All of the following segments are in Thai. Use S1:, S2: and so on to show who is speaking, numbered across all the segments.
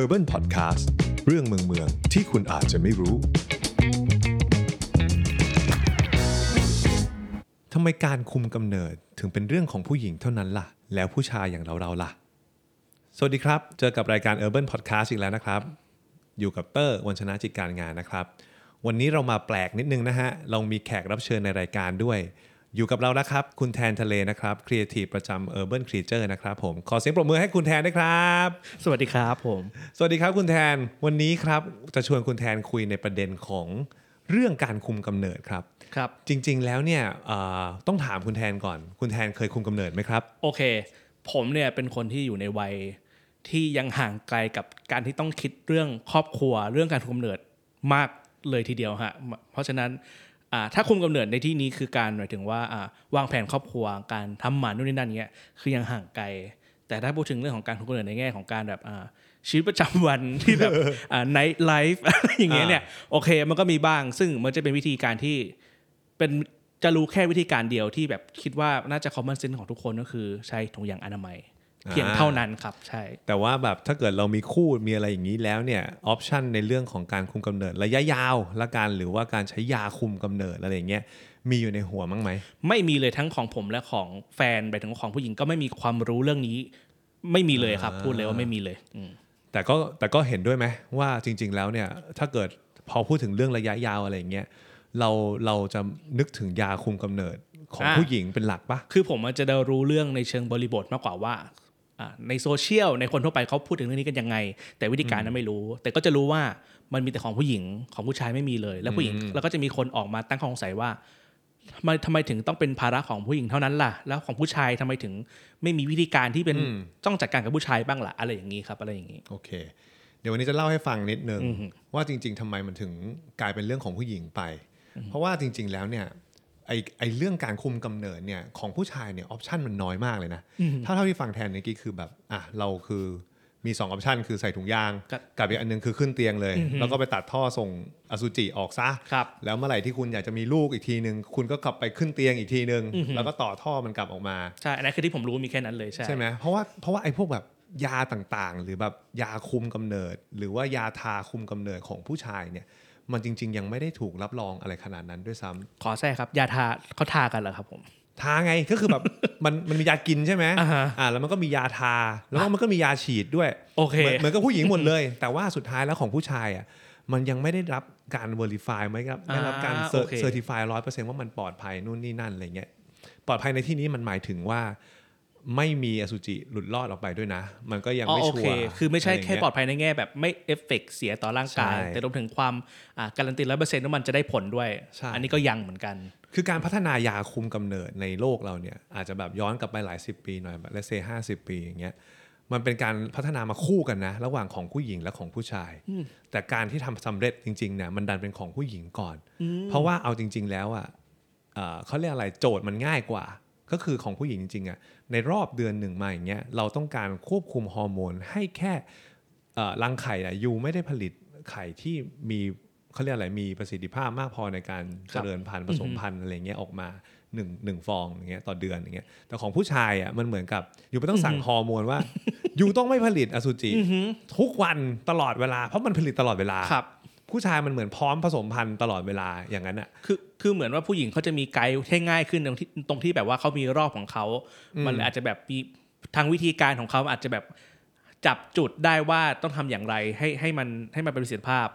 S1: Urban Podcast เรื่องเมืองเมืองที่คุณอาจจะไม่รู้ทำไมการคุมกำเนิดถึงเป็นเรื่องของผู้หญิงเท่านั้นล่ะ แล้วผู้ชายอย่างเราเราล่ะ สวัสดีครับ เจอกับรายการ Urban Podcast อีกแล้วนะครับ อยู่กับเตอร์วันชนะจิตการงานนะครับ วันนี้เรามาแปลกนิดนึงนะฮะ เรามีแขกรับเชิญในรายการด้วย อยู่กับเราแล้วครับ คุณแทนทะเลนะครับครีเอทีฟประจำ Urban Creature นะครับผมขอเสียงปรบมือให้คุณแทนด้วยครับ
S2: สวัสดีครับผม
S1: สวัสดีครับคุณแทนวันนี้ครับจะชวนคุณแทนคุยในประเด็นของเรื่องการคุมกำเนิดครับ
S2: ครับ
S1: จริง ๆ แล้วเนี่ยเอ่อต้องถามคุณแทนก่อน คุณแทนเคยคุมกำเนิดไหมครับ
S2: โอเค ผมเนี่ยเป็นคนที่อยู่ในวัยที่ยังห่างไกลกับการที่ต้องคิดเรื่องครอบครัวเรื่องการคุมกำเนิดมากเลยทีเดียวฮะเพราะฉะนั้นอ่าถ้าคุมกำเนิดในที่นี้คือการหมายถึงว่าอ่าวางแผนครอบครัวการทำหมันนู่นนี่นั่นเงี้ยคือยังห่างไกล แต่ถ้าพูดถึงเรื่องของการคุมกำเนิดในแง่ของการแบบอ่าชีวิตประจำวัน ที่แบบไนท์ไลฟ์ อะไรอย่างเงี้ยเนี่ยโอเคมันก็มีบ้าง ซึ่งมันจะเป็นวิธีการที่ เป็นจะรู้แค่วิธีการเดียวที่แบบคิดว่าน่าจะ common sense ของทุกคนก็คือใช้ถุงยางอนามัย
S1: อ่า
S2: เพียงเท่านั้นครับ ใช่
S1: แต่ว่าแบบถ้าเกิดเรามีคู่มีอะไรอย่างนี้แล้วเนี่ยออปชันในเรื่องของการคุมกำเนิดระยะยาวละกันหรือว่าการใช้ยาคุมกำเนิดอะไรอย่างเงี้ยมีอยู่ในหัวมั้งไหม
S2: ไม่มีเลยทั้งของผมและของแฟนไปถึงของผู้หญิงก็ไม่มีความรู้เรื่องนี้ ไม่มีเลยครับ
S1: อ่า
S2: พูดเลยว่าไม่มีเลยอืม
S1: แต่ก็แต่ก็เห็นด้วยไหมว่าจริง ๆ แล้วเนี่ยถ้าเกิดพอพูดถึงเรื่องระยะยาวอะไรอย่างเงี้ยเราเราจะนึกถึงยาคุมกำเนิดของผู้หญิงเป็นหลักปะ
S2: คือผมอาจจะได้รู้เรื่องในเชิงบริบทมากกว่าว่าอ่าในโซเชียลในคนทั่วไปเขาพูดถึงเรื่องนี้กันยังไง แต่วิธีการนั้นไม่รู้ แต่ก็จะรู้ว่ามันมีแต่ของผู้หญิงของผู้ชายไม่มีเลย แล้วผู้หญิง
S1: อืม
S2: แล้วก็จะมีคนออกมาตั้งข้อสงสัยว่า ทำไมทำไมถึงต้องเป็นภาระของผู้หญิงเท่านั้นล่ะ แล้วของผู้ชายทำไมถึงไม่มีวิธีการที่เป็น
S1: อืม
S2: ต้องจัดการกับผู้ชายบ้างล่ะอะไรอย่างนี้ครับอะไรอย่างนี้
S1: โอเค เดี๋ยววันนี้จะเล่าให้ฟังนิดนึง
S2: อือฮึ
S1: ว่าจริง ๆทำไมมันถึงกลายเป็นเรื่องของผู้หญิงไป เพราะว่าจริง ๆ แล้วเนี่ยไอไอเรื่องการคุมกำเนิดเนี่ยของผู้ชายเนี่ยออปชันมันน้อยมากเลยนะ ถ้าเท่าที่ฟังแทนเมื่อกี้คือแบบอ่ะเราคือมี2องออปชันคือใส่ถุงยาง
S2: ครับ
S1: กับอีกอันหนึงคือขึ้นเตียงเลย แล้วก็ไปตัดท่อส่งอสุจิออกซะ
S2: ครับ
S1: แล้วเมื่อไหร่ที่คุณอยากจะมีลูกอีกทีหนึ่งคุณก็กลับไปขึ้นเตียงอีกทีหนึ่ง
S2: อือฮึ
S1: แล้วก็ต่อท่อมันกลับออกมา
S2: ใช่อันนั้นคือที่ผมรู้มีแค่นั้นเลยใช่
S1: ใช่ไหมเพราะว่าเพราะว่าไอ้พวกแบบยาต่างๆ หรือแบบยาคุมกำเนิด หรือว่ายาทาคุมกำเนิดของผู้ชายเนี่ย มันจริง ๆ ยังไม่ได้ถูกรับรองอะไรขนาดนั้นด้วยซ้ำ
S2: ขอแทรกครับยาทาเขาทากันเหรอครับผม
S1: ทาไงก็คือแบบ มันมันมียากินใช่ไหม
S2: อ่าฮะ
S1: อ่าแล้วมันก็มียาทาแล้วก็มันก็มียาฉีดด้วย
S2: โอเค
S1: เหมือนเหมือนกับผู้หญิงหมดเลย แต่ว่าสุดท้ายแล้วของผู้ชายอ่ะมันยังไม่ได้รับการ verify ไม่รับไม่รับการ
S2: อ่า
S1: เซอร์
S2: โอเค
S1: เซอร์ติฟายร้อยเปอร์เซ็นต์ว่ามันปลอดภัยนู่นนี่นั่นอะไรเงี้ยปลอดภัยในที่นี้มันหมายถึงว่า ไม่มีอสุจิหลุดลอดออกไปด้วยนะ มันก็ยัง
S2: อ๋อ
S1: ไม่
S2: โอ
S1: ชั
S2: เค
S1: วร์
S2: คือไม่ใช่
S1: ะร
S2: แค่
S1: เงี้ย
S2: ปลอดภัยในแง่แบบไม่เอฟเฟกต์เสียต่อร่างกาย
S1: ใช่
S2: แต่รวมถึงความอ่าการันตีร้อยเปอร์เซ็นต์ว่ามันจะได้ผลด้วย
S1: ใช่
S2: อันนี้ก็ยังเหมือนกัน
S1: คือการพัฒนายาคุมกำเนิดในโลกเราเนี่ยอาจจะแบบย้อนกลับไปหลายสิบปีหน่อยแบบเลเซห้าสิบ50 ปีอย่างเงี้ยมันเป็นการพัฒนามาคู่กันนะ ระหว่างของผู้หญิงและของผู้ชาย แต่การที่ทำสำเร็จจริงๆเนี่ยมันดันเป็นของผู้หญิงก่อน เพราะว่าเอาจริง ๆ แล้วอ่ะเอ่อเขาเรียกอะไรโจทย์มันง่ายกว่า ก็คือของผู้หญิงจริงๆอ่ะในรอบเดือนหนึ่งมาอย่างเงี้ยเราต้องการควบคุมฮอร์โมนให้แค่เอ่อรังไข่นะยูไม่ได้ผลิตไข่ที่มีเขาเรียกอะไรมีประสิทธิภาพมากพอในการ
S2: ค
S1: เจ
S2: รับ
S1: ริญพันธุ์ผสมพันธุ์อะไรเงี้ยออกมาหนึ่งหนึ่งฟองอย่างเงี้ยต่อเดือนอย่างเงี้ยแต่ของผู้ชายอ่ะมันเหมือนกับอยู่ไม่ต้องสั่งฮอร์โมนว่า อยู่ต้องไม่ผลิตอสุจิทุกวันตลอดเวลาเพราะมันผลิตตลอดเวลา
S2: ครับ
S1: ผู้ชายมันเหมือนพร้อมผสมพันธุ์ตลอดเวลาอย่างนั้นอ่ะ
S2: คือคือเหมือนว่าผู้หญิงเขาจะมีไกด์ให้ง่ายขึ้นตรงที่ตรงที่แบบว่าเขามีรอบของเขา มันอาจจะแบบมีทางวิธีการของเขาอาจจะแบบจับจุดได้ว่าต้องทำอย่างไรให้ให้มันให้มันเป็นประสิทธิภาพ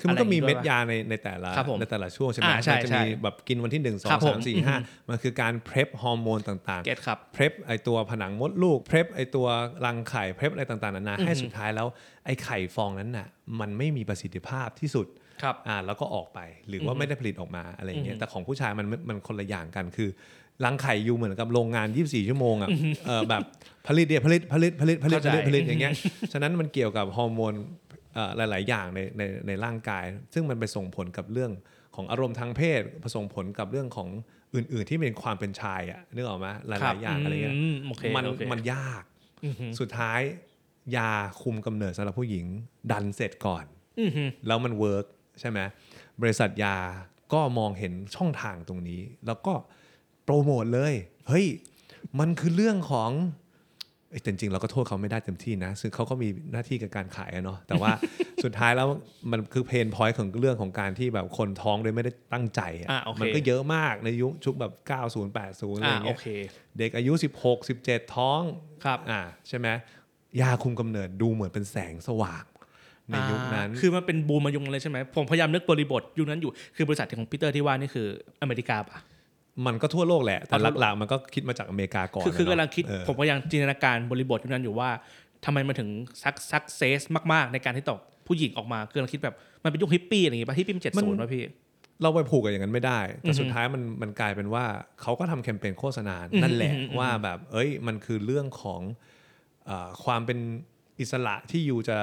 S1: คือมันก็มี
S2: อะไรอย่างนี้
S1: เม็ด
S2: ด้วยปะ
S1: ยาในในแต่ละ
S2: ครับผม
S1: ในแต่ละช่วงใช่ไหม
S2: อ่าใช่
S1: มันจะ
S2: ใช่
S1: มีแบบกินวันที่หนึ่งสอง
S2: ครับผ
S1: สาม มสี่ห้ามันคือการเพรพฮอร์โมนต่าง
S2: เก็ตครับ
S1: ๆเพรพไอตัวผนังมดลูกเพรพไอตัวรังไข่เพรพอะไรต่างๆนานาให้สุดท้ายแล้วไอไข่ฟองนั้นน่ะมันไม่มีประสิทธิภาพที่สุด
S2: ครับ
S1: อ่าแล้วก็ออกไปหรือว่าไม่ได้ผลิตออกมาอะไรอย่างเงี้ยแต่ของผู้ชายมันมันคนละอย่างกันคือรังไข่อยู่เหมือนกับโรงงาน 24 ชั่วโมงอ่ะเออแบบผลิตเดียวผลิตผลิตผลิตผลิต
S2: เข้า
S1: ผ
S2: ใจ
S1: ลิตผลิตอย่างเงี้ยฉะนั้นมันเกี่ยวกับฮอร์โมนเอ่อหลาย ๆ อย่างในในในร่างกาย ซึ่งมันไปส่งผลกับเรื่องของอารมณ์ทางเพศผสมผลกับเรื่องของอื่น ๆ ที่เป็นความเป็นชายอ่ะนึกออกไหมห
S2: ครั
S1: ลาย ๆ อย่างอะไรเงี้ย
S2: มโอเค
S1: มัน
S2: โอเค
S1: มันยาก สุดท้าย ยาคุมกำเนิดสำหรับผู้หญิง ดันเสร็จก่อน
S2: อือฮึ
S1: แล้วมันเวิร์กใช่ไหมบริษัทยาก็มองเห็นช่องทางตรงนี้ แล้วก็โปรโมทเลย เฮ้ย มันคือเรื่องของ เอ้ยแต่จริงๆเราก็โทษเขาไม่ได้เต็มที่นะ ซึ่งเขาก็มีหน้าที่กับการขายอะเนาะแต่ ว่า สุดท้ายแล้วมันคือเพนพอยต์ของเรื่องของการที่แบบคนท้องโดยไม่ได้ตั้งใจอะ
S2: อ่ะโอเค
S1: มันก็เยอะมากในยุคชุกแบบ 90 80อะไร
S2: อ่าโอ
S1: เงี้ย
S2: เค
S1: เด็กอายุ 16 17 ท้อง
S2: ครับ
S1: อ่าใช่ไหมยาคุมกำเนิดดูเหมือนเป็นแสงสว่างในยุคนั้น
S2: อ่าคือมันเป็นบูมมายุคนั้นเลยใช่ไหมผมพยายามนึกบริบทยุคนั้นอยู่คือบริษัทของปีเตอร์ที่ว่านี่คืออเมริกาปะ
S1: มันก็ทั่วโลกแหละ แต่
S2: อ่ะทั่วโลก
S1: หลักๆมันก็คิดมาจากอเมริกาก่อน
S2: คือคือ
S1: นะ
S2: กำ
S1: เนาะ
S2: ลังคิด
S1: เออ
S2: ผมพยายามจินตนาการบริบทยุคนั้นอยู่ว่าทำไมมันถึงซักซักเซสมาก ๆ ในการที่ตอบผู้หญิงออกมาคือกำลังคิดแบบมันเป็นยุคฮิปปี้อะไรอย่างงี้ป่ะฮิปปี้มันเจ็ดศูน
S1: มั
S2: ย์
S1: น
S2: ป่ะพี่
S1: เราไปผูกกับอย่างนั้นไม่ได้ แต่
S2: อือฮึ
S1: สุดท้ายมันมันกลายเป็นว่าเขาก็ทำแคมเปญโฆษณา
S2: อือฮึ
S1: นั่นแหละ
S2: อือฮึ
S1: ว่าแบบ เอ้ย มันคือเรื่องของเออความเป็นอิสระที่อยู่จะ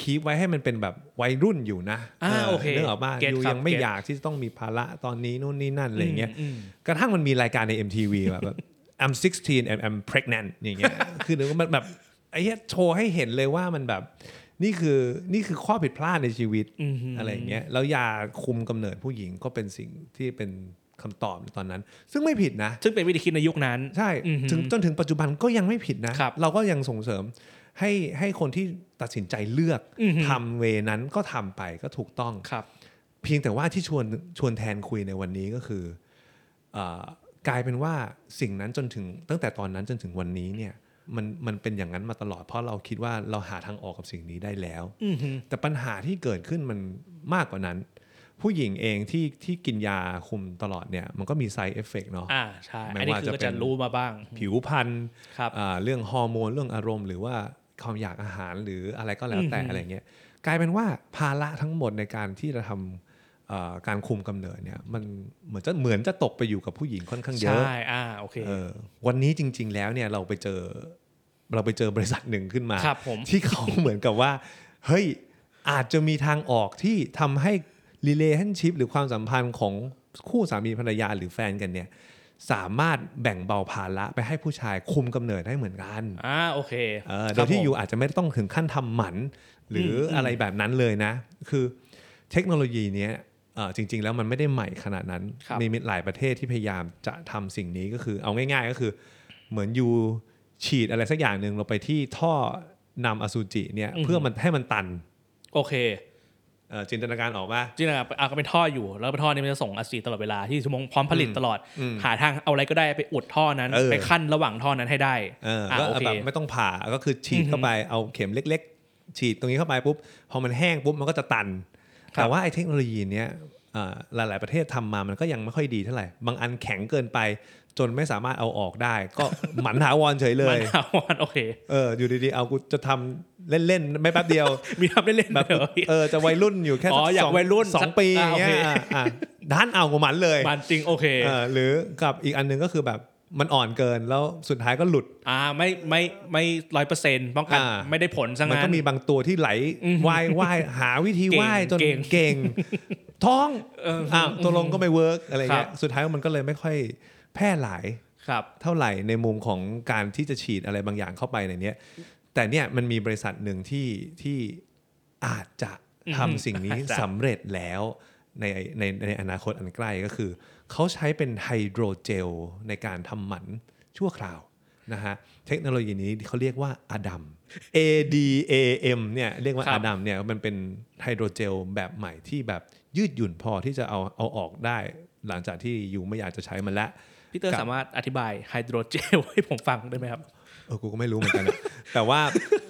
S1: คีบไว้ให้มันเป็นแบบวัยรุ่นอยู่นะ
S2: อ่าโอเค
S1: เรื่องออกมา
S2: เก็ต
S1: อยู่
S2: ครับ
S1: ยังไม่
S2: เก็ต
S1: อยากที่จะต้องมีภาระตอนนี้นู่นนี่นั่นอะไรอย่างเงี้ย
S2: ม
S1: กระทั่งมันมีรายการใน MTV แบบแบบ I'm 16 and I'm pregnant อย่างเงี้ย คือหรือว่ามันแบบไอ้เหี้ยโชว์ให้เห็นเลยว่ามันแบบ นี่คือนี่คือข้อผิดพลาดในชีวิต
S2: อือหืออ
S1: อะไรอย่างเงี้ยแล้วยาคุมกำเนิดผู้หญิงก็เป็นสิ่งที่เป็นคำตอบในตอนนั้น ซึ่งไม่ผิดนะ
S2: ซึ่งเป็นวิธีคิดในยุคนั้น
S1: ใช่
S2: อือหือ
S1: ถึงจนถึงปัจจุบันก็ยังไม่ผิดนะ
S2: ครับ
S1: เราก็ยังส่งเสริมให้ให้คนที่ตัดสินใจเลือก
S2: อือหือ
S1: ทำเวนั้นก็ทำไปก็ถูกต้อง
S2: ครับ
S1: เพียงแต่ว่าที่ชวนชวนแทนคุยในวันนี้ก็คือเออกลายเป็นว่าสิ่งนั้นจนถึงตั้งแต่ตอนนั้นจนถึงวันนี้เนี่ยมันมันเป็นอย่างนั้นมาตลอดเพราะเราคิดว่าเราหาทางออกกับสิ่งนี้ได้แล้ว
S2: อือฮึ
S1: แต่ปัญหาที่เกิดขึ้นมันมากกว่านั้น ผู้หญิงเองที่ที่กินยาคุมตลอดเนี่ยมันก็มี side effect เนาะ
S2: อ่าใช่
S1: ไม่
S2: อันนี้
S1: ว่า
S2: คือ
S1: จะ
S2: ก็
S1: เป็
S2: จะ
S1: น
S2: รู้มาบ้าง
S1: ผิวพรรณ
S2: ครับ
S1: อ่าเรื่องฮอร์โมนเรื่องอารมณ์ หรือว่าความอยากอาหารหรืออะไรก็แล้วแต่
S2: อือหืออ
S1: อะไรเงี้ยกลายเป็นว่าภาระทั้งหมดในการที่จะทำเอ่อการคุมกำเนิดเนี่ยมันเหมือนจะเหมือนจะตกไปอยู่กับผู้หญิงค่อนข้างเยอะ
S2: ใช่ อ่าโอเค
S1: เออวันนี้จริง ๆ แล้วเนี่ยเราไปเจอเราไปเจอบริษัทหนึ่งขึ้นมา
S2: ครับผม
S1: ที่ เขา เหมือนกับว่า เฮ้ย อาจจะมีทางออกที่ทำให้ relationship หรือความสัมพันธ์ของคู่สามีภรรยาหรือแฟนกันเนี่ย สามารถแบ่งเบาภาระไปให้ผู้ชายคุมกำเนิดได้เหมือนกัน
S2: อ่าโอเค
S1: เออ
S2: ค
S1: โด
S2: รับ
S1: ยที่
S2: ผม
S1: อยู่อาจจะไม่ต้องถึงขั้นทำหมัน หรืออ
S2: ม
S1: อะไรแบบนั้นเลยนะ คือเทคโนโลยีเนี้ยเอ่อจริง ๆ แล้วมันไม่ได้ใหม่ขนาดนั้น
S2: ครับ
S1: มีหลายประเทศที่พยายามจะทำสิ่งนี้ก็คือเอาง่าย ๆ ก็คือ เหมือนยูฉีดอะไรสักอย่างหนึ่งลงไปที่ท่อนำอสุจิเนี่ยเพื่อมันให้มันตัน
S2: โอเค
S1: เอ่อจินตนาการออกมา
S2: จริงๆนะครับอ่ะก็เป็นท่ออยู่ แล้วเป็นท่อนี้มันจะส่งอสซีตลอดเวลาที่ชั่วโมงพร้อมผลิตตลอด หาทางเอาอะไรก็ได้ไปอุดท่อนั้น
S1: เออ
S2: ไปขั้นระหว่างท่อนั้นให้ได้
S1: เออ
S2: อ่า
S1: ก็
S2: โอเค
S1: แบบไม่ต้องผ่าก็คือฉีดเข้าไปเอาเข็มเล็ก ๆ ฉีดตรงนี้เข้าไปปุ๊บพอมันแห้งปุ๊บมันก็จะตัน
S2: ครับ
S1: แต่ว่าไอ้เทคโนโลยีเนี้ยเอ่อหลาย ๆ ประเทศทำมามันก็ยังไม่ค่อยดีเท่าไหร่ บางอันแข็งเกินไป จนไม่สามารถเอาออกได้ ก็หมันถาวรเฉยเล
S2: มัน
S1: ย
S2: ถาว รโอเค
S1: เอออยู่ดีๆเอากูจะทำเล่น ๆ ไม่แป๊บเดียว
S2: มีทำเล่นๆ
S1: แบบ
S2: เดี๋ยวพี่
S1: เออจะวัยรุ่นอยู่แค่สั
S2: อ๋ออยาก
S1: สง
S2: วัยรุ่น
S1: สอ
S2: สั
S1: ง
S2: ก
S1: ปี
S2: อ่าโอ
S1: เงี้
S2: เค
S1: ยอ่ะอ่ะด้านเอาของมันเลย
S2: มันจริงโอเค
S1: เออหรือกับอีกอันหนึงก็คือแบบมันอ่อนเกินแล้วสุดท้ายก็หลุด
S2: ่าไม่ไม่ไม่ร้อยเปอร์เซ็นต์ป้องกัน
S1: อ่า
S2: ไม่ได้ผลซะ
S1: มัน
S2: งั้น
S1: ก็มีบางตัวที่ไหลว่ายว่ายหาวิธี
S2: เก่ง
S1: ว่ายจน
S2: เก่ง
S1: เก่ง ท้อง
S2: เออ
S1: อ้าวตัวลงก็ไม่เวิร์กอะไรเงี้ย
S2: ครับ
S1: สุดท้ายมันก็เลยไม่ค่อยแพร่หลาย
S2: ครับ
S1: เท่าไหร่ในมุมของการที่จะฉีดอะไรบางอย่างเข้าไปในเนี้ยแต่เนี่ยมันมีบริษัทหนึ่งที่ที่อาจจะทำสิ่งนี้
S2: อาจจะ
S1: สำเร็จแล้วในในในอนาคตอันใกล้ก็คือ เขาใช้เป็นไฮโดรเจลในการทำหมันชั่วคราวนะฮะเทคโนโลยีนี้เขาเรียกว่าอดัม A D A M เนี่ยเรียกว่า
S2: ครั
S1: อบ ดัมเนี่ยมันเป็นไฮโดรเจลแบบใหม่ที่แบบยืดหยุ่นพอที่จะเอาเอาออกได้ หลังจากที่อยู่ไม่อยากจะใช้มันละ
S2: พี่เตอร์
S1: ครับ
S2: สามารถอธิบายไฮโดรเจลให้ผมฟังได้ไหมครับ
S1: เออกูก็ไม่รู้เหมือนกันอะ แต่ว่า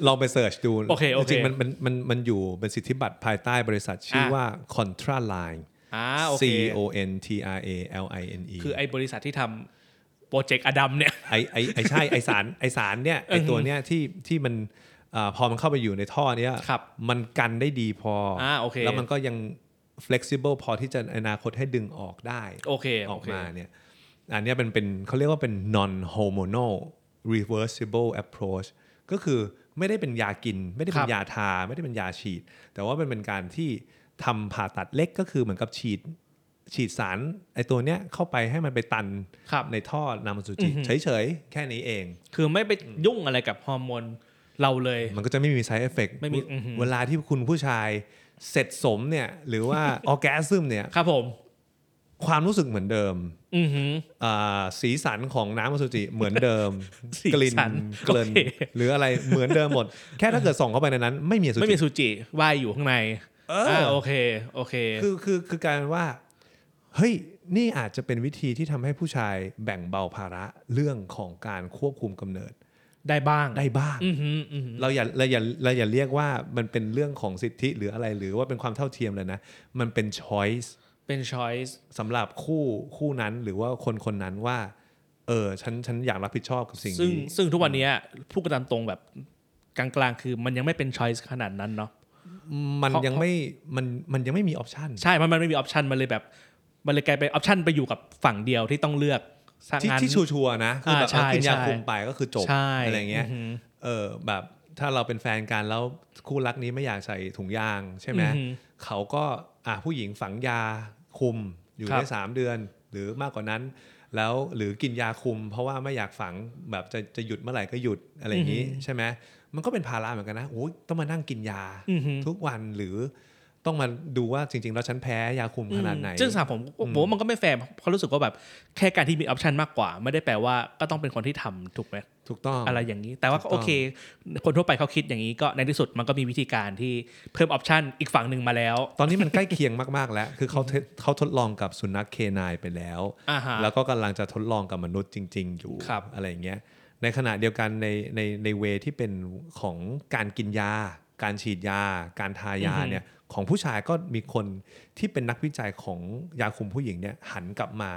S1: ลองไปเสิร์ชดู
S2: โอเคโอเค
S1: จริงๆมันมันมันมันอยู่เป็นสิทธิบัตรภายใต้บริษัทชื่อว่า Contra Line
S2: อ่าโอ
S1: C
S2: เค
S1: O N T R A L I N E
S2: คือไอ้บริษัทที่ทำโปรเจกต์อดัมเนี่ย
S1: ไอไอไอใช่ไอสารไอสารเนี่ยไอตัวเนี้ยที่ที่มันเอ่อพอมันเข้าไปอยู่ในท่อเนี้ย
S2: ครับ
S1: มันกันได้ดีพออา
S2: โอเค
S1: แล้วมันก็ยัง flexible พอที่จะอนาคตให้ดึงออกได้
S2: โอเค
S1: อ
S2: โอ
S1: อก
S2: เค
S1: มาเนี่ยอันเนี้ยเป็นเป็นเขาเรียกว่าเป็น non hormonal reversible approach ก็คือไม่ได้เป็นยากิน ไม่ได้เป็
S2: ครั
S1: น
S2: บ
S1: ยาทา ไม่ได้เป็นยาฉีด แต่ว่ามันเป็นการที่ทำผ่าตัดเล็กก็คือเหมือนกับฉีด ฉีดสารไอตัวเนี้ยเข้าไปให้มันไปตัน
S2: ครับ
S1: ในท่อนำอสุจิเฉยๆ แค่นี้เอง
S2: คือไม่ไปยุ่งอะไรกับฮอร์โมนเราเลย
S1: มันก็จะไม่มี side effect
S2: ไม่มีอือหือ
S1: เวลา ที่คุณผู้ชายเสร็จสมเนี่ย หรือว่า ออแกซึมเนี่ย
S2: ครับผม
S1: ความรู้สึกเหมือนเดิม
S2: อือหือ
S1: อ่าสีสันของน้ำอสุจิเหมือนเดิม
S2: สี
S1: กลิ่น
S2: สัน
S1: เกลิ่น
S2: โอเค
S1: หรืออะไรเหมือนเดิมหม ด แค่ถ้าเกิดส่องเข้าไปในนั้น ไม่มีอสุ
S2: ไม่
S1: จิ
S2: มีซูจิว่ายอยู่ข้างใน
S1: เอออ
S2: อ่าโอเค โอเค
S1: คือคือคือการว่าเฮ้ยนี่อาจจะเป็นวิธีที่ทำให้ผู้ชายแบ่งเบาภาระเรื่องของการควบคุมกำเนิด
S2: ได้บ้าง
S1: ได้บ้าง
S2: อือหืออือหือ
S1: เราอย่าเราอย่าเราอย่าเรียกว่ามันเป็นเรื่องของสิทธิหรืออะไรหรือว่าเป็นความเท่าเทียมเลยนะ มันเป็นช้อยส์
S2: เป็น choice
S1: สำหรับคู่คู่นั้นหรือว่าคนคนนั้นว่า เออฉันฉันอยากรับผิดชอบกับสิ่ง
S2: ซึ่ง
S1: นี้
S2: ซึ่งทุกวันเนี้ยพูดกันตามตรงแบบกลางๆ คือมันยังไม่เป็น choice ขนาดนั้นเนาะ
S1: มัน
S2: เพราะ
S1: ยังไม่มันมันยังไม่มีออปชัน
S2: ใช่มันมันไม่มีออปชันมันเลยแบบ มันเลยกลายเป็นออปชันไปอยู่กับฝั่งเดียวที่ต้องเลือกสร้าง
S1: ที่
S2: งาน
S1: ที่ชัวร์ๆนะคือแบบ
S2: อ่าใช่
S1: เอากินยา
S2: ใช่
S1: คุมไปก็คือจบ
S2: ใช่
S1: อะไรเงี้ย
S2: อือหือ
S1: เออแบบถ้าเราเป็นแฟนกันแล้วคู่รักนี้ไม่อยากใส่ถุงยางใช่ไหม
S2: อือหือ
S1: เขาก็อ่ะผู้หญิงฝังยาคุมอยู่
S2: ครับ
S1: ได้สามเดือน หรือมากกว่านั้น แล้วหรือกินยาคุม เพราะว่าไม่อยากฝังแบบจะจะหยุดเมื่อไหร่ก็หยุดอะไรอย่างนี้ใช่ไหมมันก็เป็นภาระเหมือนกันนะโอ้ยต้องมานั่งกินยา
S2: อือหือ
S1: ทุกวันหรือต้องมาดูว่าจริง ๆ แล้วฉันแพ้ยาคุมขนาดไหน
S2: ซึ่งสำหรับผมผมว่ามันก็ไม่แฟร์เพราะรู้สึกว่าแบบแค่การที่มีออปชันมากกว่า ไม่ได้แปลว่าก็ต้องเป็นคนที่ทำถูกไหม
S1: ถูกต้อง
S2: อะไรอย่างนี้ แต่ว่าก็
S1: ถู
S2: โอก
S1: ต้อง
S2: เค คนทั่วไปเขาคิดอย่างนี้ก็ในที่สุดมันก็มีวิธีการที่เพิ่มออปชันอีกฝั่งหนึ่งมาแล้ว
S1: ตอนนี้มันใกล้เคียงมากๆแล้ว คือเขาเทสเขาทดลองกับสุนัขเคนายไปแล้ว
S2: อ่าฮะ
S1: แล้วก็กำลังจะทดลองกับมนุษย์จริง ๆ อยู่
S2: ครับ
S1: อะไรอย่างเงี้ย ในขณะเดียวกันในในในเวที่เป็นของการกินยา การฉีดยา การทายาเนี่ยของผู้ชายก็มีคนที่เป็นนักวิจัยของยาคุมผู้หญิงเนี่ยหันกลับมา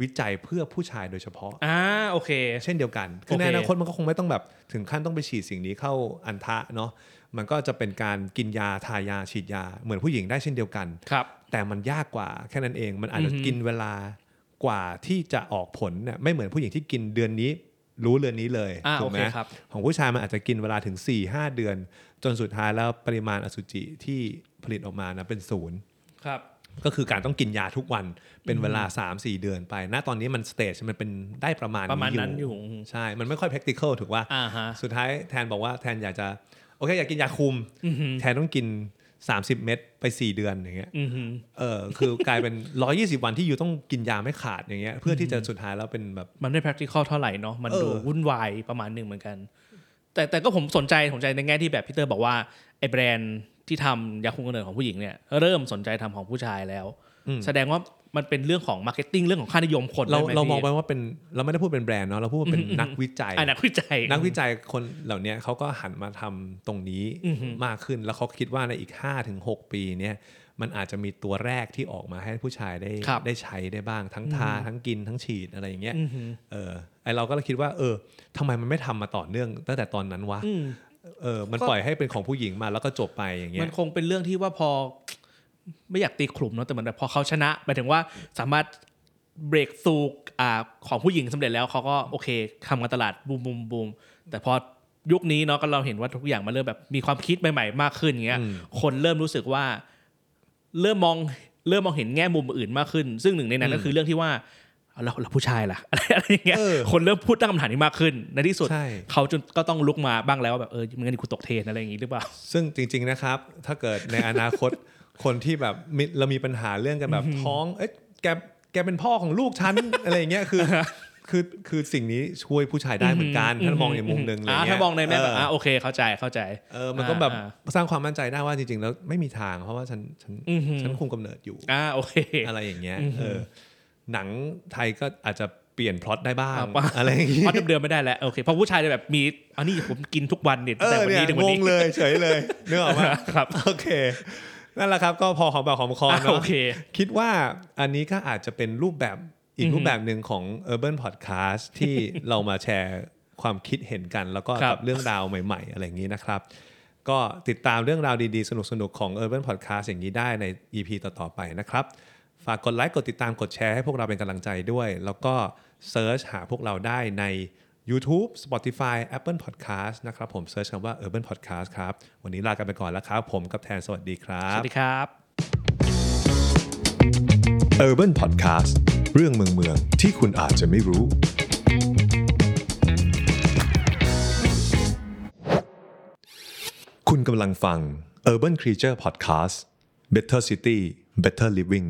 S1: วิจัยเพื่อผู้ชายโดยเฉพาะ
S2: อ่าโอเค
S1: เช่นเดียวกัน คือ
S2: โอเค
S1: ในอนาคตมันก็คงไม่ต้องแบบถึงขั้นต้องไปฉีดสิ่งนี้เข้าอันทะเนาะ มันก็จะเป็นการกินยาทายาฉีดยา เหมือนผู้หญิงได้เช่นเดียวกัน
S2: ครับ
S1: แต่มันยากกว่าแค่นั้นเอง มันอาจจะ
S2: อือฮึ
S1: กินเวลากว่าที่จะออกผลเนี่ยไม่เหมือนผู้หญิงที่กินเดือนนี้ รู้เดือนนี้เลย
S2: อ่า
S1: ถู
S2: โอก เค
S1: ไหม
S2: ครับ
S1: ของผู้ชายมันอาจจะกินเวลาถึง 4 5 เดือน จนสุดท้ายแล้วปริมาณอสุจิที่ผลิตออกมานะเป็นศูนย์
S2: ครับ
S1: ก็คือการต้องกินยาทุกวันเป็นเวลา 3-4 เดือนไปณตอนนี้มันสเตจมันเป็นได้ประมาณ
S2: ประมาณนั้นอยู่
S1: ใช่ มันไม่ค่อย practical ถูกว่า
S2: อ่าฮะ
S1: สุดท้ายแทนบอกว่าแทนอยากจะโอเคอยากกินยาคุม แทนต้องกิน 30 เม็ดไป 4 เดือนอย่างเงี้ย
S2: อือหือ
S1: เออคือกลายเป็น 120 วันที่อยู่ต้องกินยาไม่ขาดอย่างเงี้ยเพื่อที่จะสุดท้ายแล้วเป็นแบบ
S2: มันไม่ practical เท่าไหร่เนาะ มัน
S1: เออ
S2: ดูวุ่นวายประมาณหนึ่งเหมือนกัน แต่แต่ก็ผมสนใจสนใจในแง่ที่แบบพี่เตอร์บอกว่า ไอ้แบรนด์ที่ทำยาคุมกำเนิดของผู้หญิงเนี่ย เริ่มสนใจทำของผู้ชายแล้ว แสดงว่ามันเป็นเรื่องของมาร์เก็ตติ้งเรื่องของค่านิยมคน
S1: เรา
S2: ด้วยไห
S1: เรามอง
S2: พี่
S1: ไปว่าเป็นเราไม่ได้พูดเป็นแบรนด์เนาะเราพูดว่าเป็นนักวิจัย
S2: อ่ะนักวิจัย
S1: นักวิจัยคนเหล่าเนี้ยเขาก็หันมาทำตรงนี้
S2: อือฮึ
S1: มากขึ้น แล้วเขาคิดว่าในอีก 5-6 ปีเนี่ยมันอาจจะมีตัวแรกที่ออกมาให้ผู้ชายได้ได้ใช้ได้บ้างทั้งทาทั้งกินทั้งฉีดอะไรอย่างเงี้ย
S2: อือหือ
S1: เออไอเราก็เลยคิดว่า เออทำไมมันไม่ทำมาต่อเนื่องตั้งแต่ตอนนั้นวะ
S2: อืม
S1: เออมัน
S2: ก็
S1: ปล่อยให้เป็นของผู้หญิงมาแล้วก็จบไปอย่างเงี้
S2: มั
S1: ย
S2: นคงเป็นเรื่องที่ว่าพอ ไม่อยากตีขลุ่มเนาะแต่เหมือนแบบพอเขาชนะหมายถึงว่าสามารถเบรกสู่อ่าของผู้หญิงสำเร็จแล้วเขาก็โอเคทำการตลาดบูมบูมบูมแต่พอยุคนี้เนาะก็เราเห็นว่าทุกอย่างมันเริ่มแบบมีความคิดใหม่ๆ มากขึ้นอย่างเงี้ย คนเริ่มรู้สึกว่า เริ่มมองเริ่มมองเห็นแง่มุมอื่นมากขึ้น ซึ่งหนึ่งในนั้นก็คือเรื่องที่ว่าเอาแล้วแล้วผู้ชายล่ะ อะไรอะไรอย่างเงี้ยคนเริ่มพูดตั้งคำถามนี้มากขึ้น ในที่สุด
S1: ใช่
S2: เขาจนก็ต้องลุกมาบ้างแล้วว่าแบบเออมึงงั้นกูตกเทรนอะไรอย่างงี้หรือเปล่า
S1: ซึ่งจริง ๆนะครับ ถ้าเกิดในอนาคต คนที่แบบมีเรามีปัญหาเรื่องกันแบบท้องเอ๊ะแกแกเป็นพ่อของลูกฉัน อะไรอย่างเงี้ยคือ คือคือสิ่งนี้ช่วยผู้ชายได้เหมือนกันถ้ามองในมุมหนึ่งอะไร
S2: อ่า
S1: เงี้ย
S2: ถ้ามองในแม่แบบ
S1: เ
S2: อ่าโอเคเข้าใจเข้าใจ
S1: เออมันก็แบบ
S2: อ่า
S1: สร้างความมั่นใจได้ว่าจริง ๆ แล้วไม่มีทางเพราะว่าฉันฉัน
S2: อือหือ
S1: ฉันคุมกำเนิดอยู่
S2: อ่าโอเค
S1: อะไรอย่างเงี้ย
S2: อือหื
S1: เอ
S2: อ
S1: อหนังไทยก็อาจจะเปลี่ยนพล็อตได้บ้าง
S2: อ่าว่า
S1: อะไรอย่างงี้
S2: เพราะเดิมๆไม่ได้แล้วโอเคเพราะผู้ชายจะแบบมีอันนี้ผมกินทุกวันเนี่ย
S1: เอ
S2: ตั้งแต่
S1: อ
S2: วัน
S1: เนี่ย
S2: นี้ถึง
S1: ง
S2: วัน
S1: ง
S2: นี้
S1: เลยเฉยเลยนึกออกปะ
S2: ครับ
S1: โอเค นั่นแหละครับก็พอหอมปากหอมคอ
S2: อ่า
S1: เนาะ
S2: โอเค
S1: คิดว่าอันนี้ก็อาจจะเป็นรูปแบบอีก
S2: อือฮึ
S1: รูปแบบหนึ่งของ Urban Podcast ที่ เรามาแชร์ความคิดเห็นกัน แล้วก็
S2: ครั
S1: กับบ เรื่องราวใหม่ๆ อะไรอย่างนี้นะครับ ก็ติดตามเรื่องราวดีๆ สนุกๆ ของ Urban Podcast อย่างนี้ได้ใน EP ต่อๆไปนะครับ ฝากกดไลค์กดติดตามกดแชร์ให้พวกเราเป็นกำลังใจด้วย แล้วก็เซิร์ชหาพวกเราได้ใน YouTube, Spotify, Apple Podcast นะครับผมเซิร์ชคำว่า Urban Podcast ครับ วันนี้ลากันไปก่อนแล้วครับ ผมกับแทนสวัสดีครั
S2: ส
S1: บ
S2: วัสดีครับ
S1: Urban Podcast เรื่องเมืองเมืองที่คุณอาจจะไม่รู้คุณกำลังฟัง Urban Creature Podcast Better City Better Living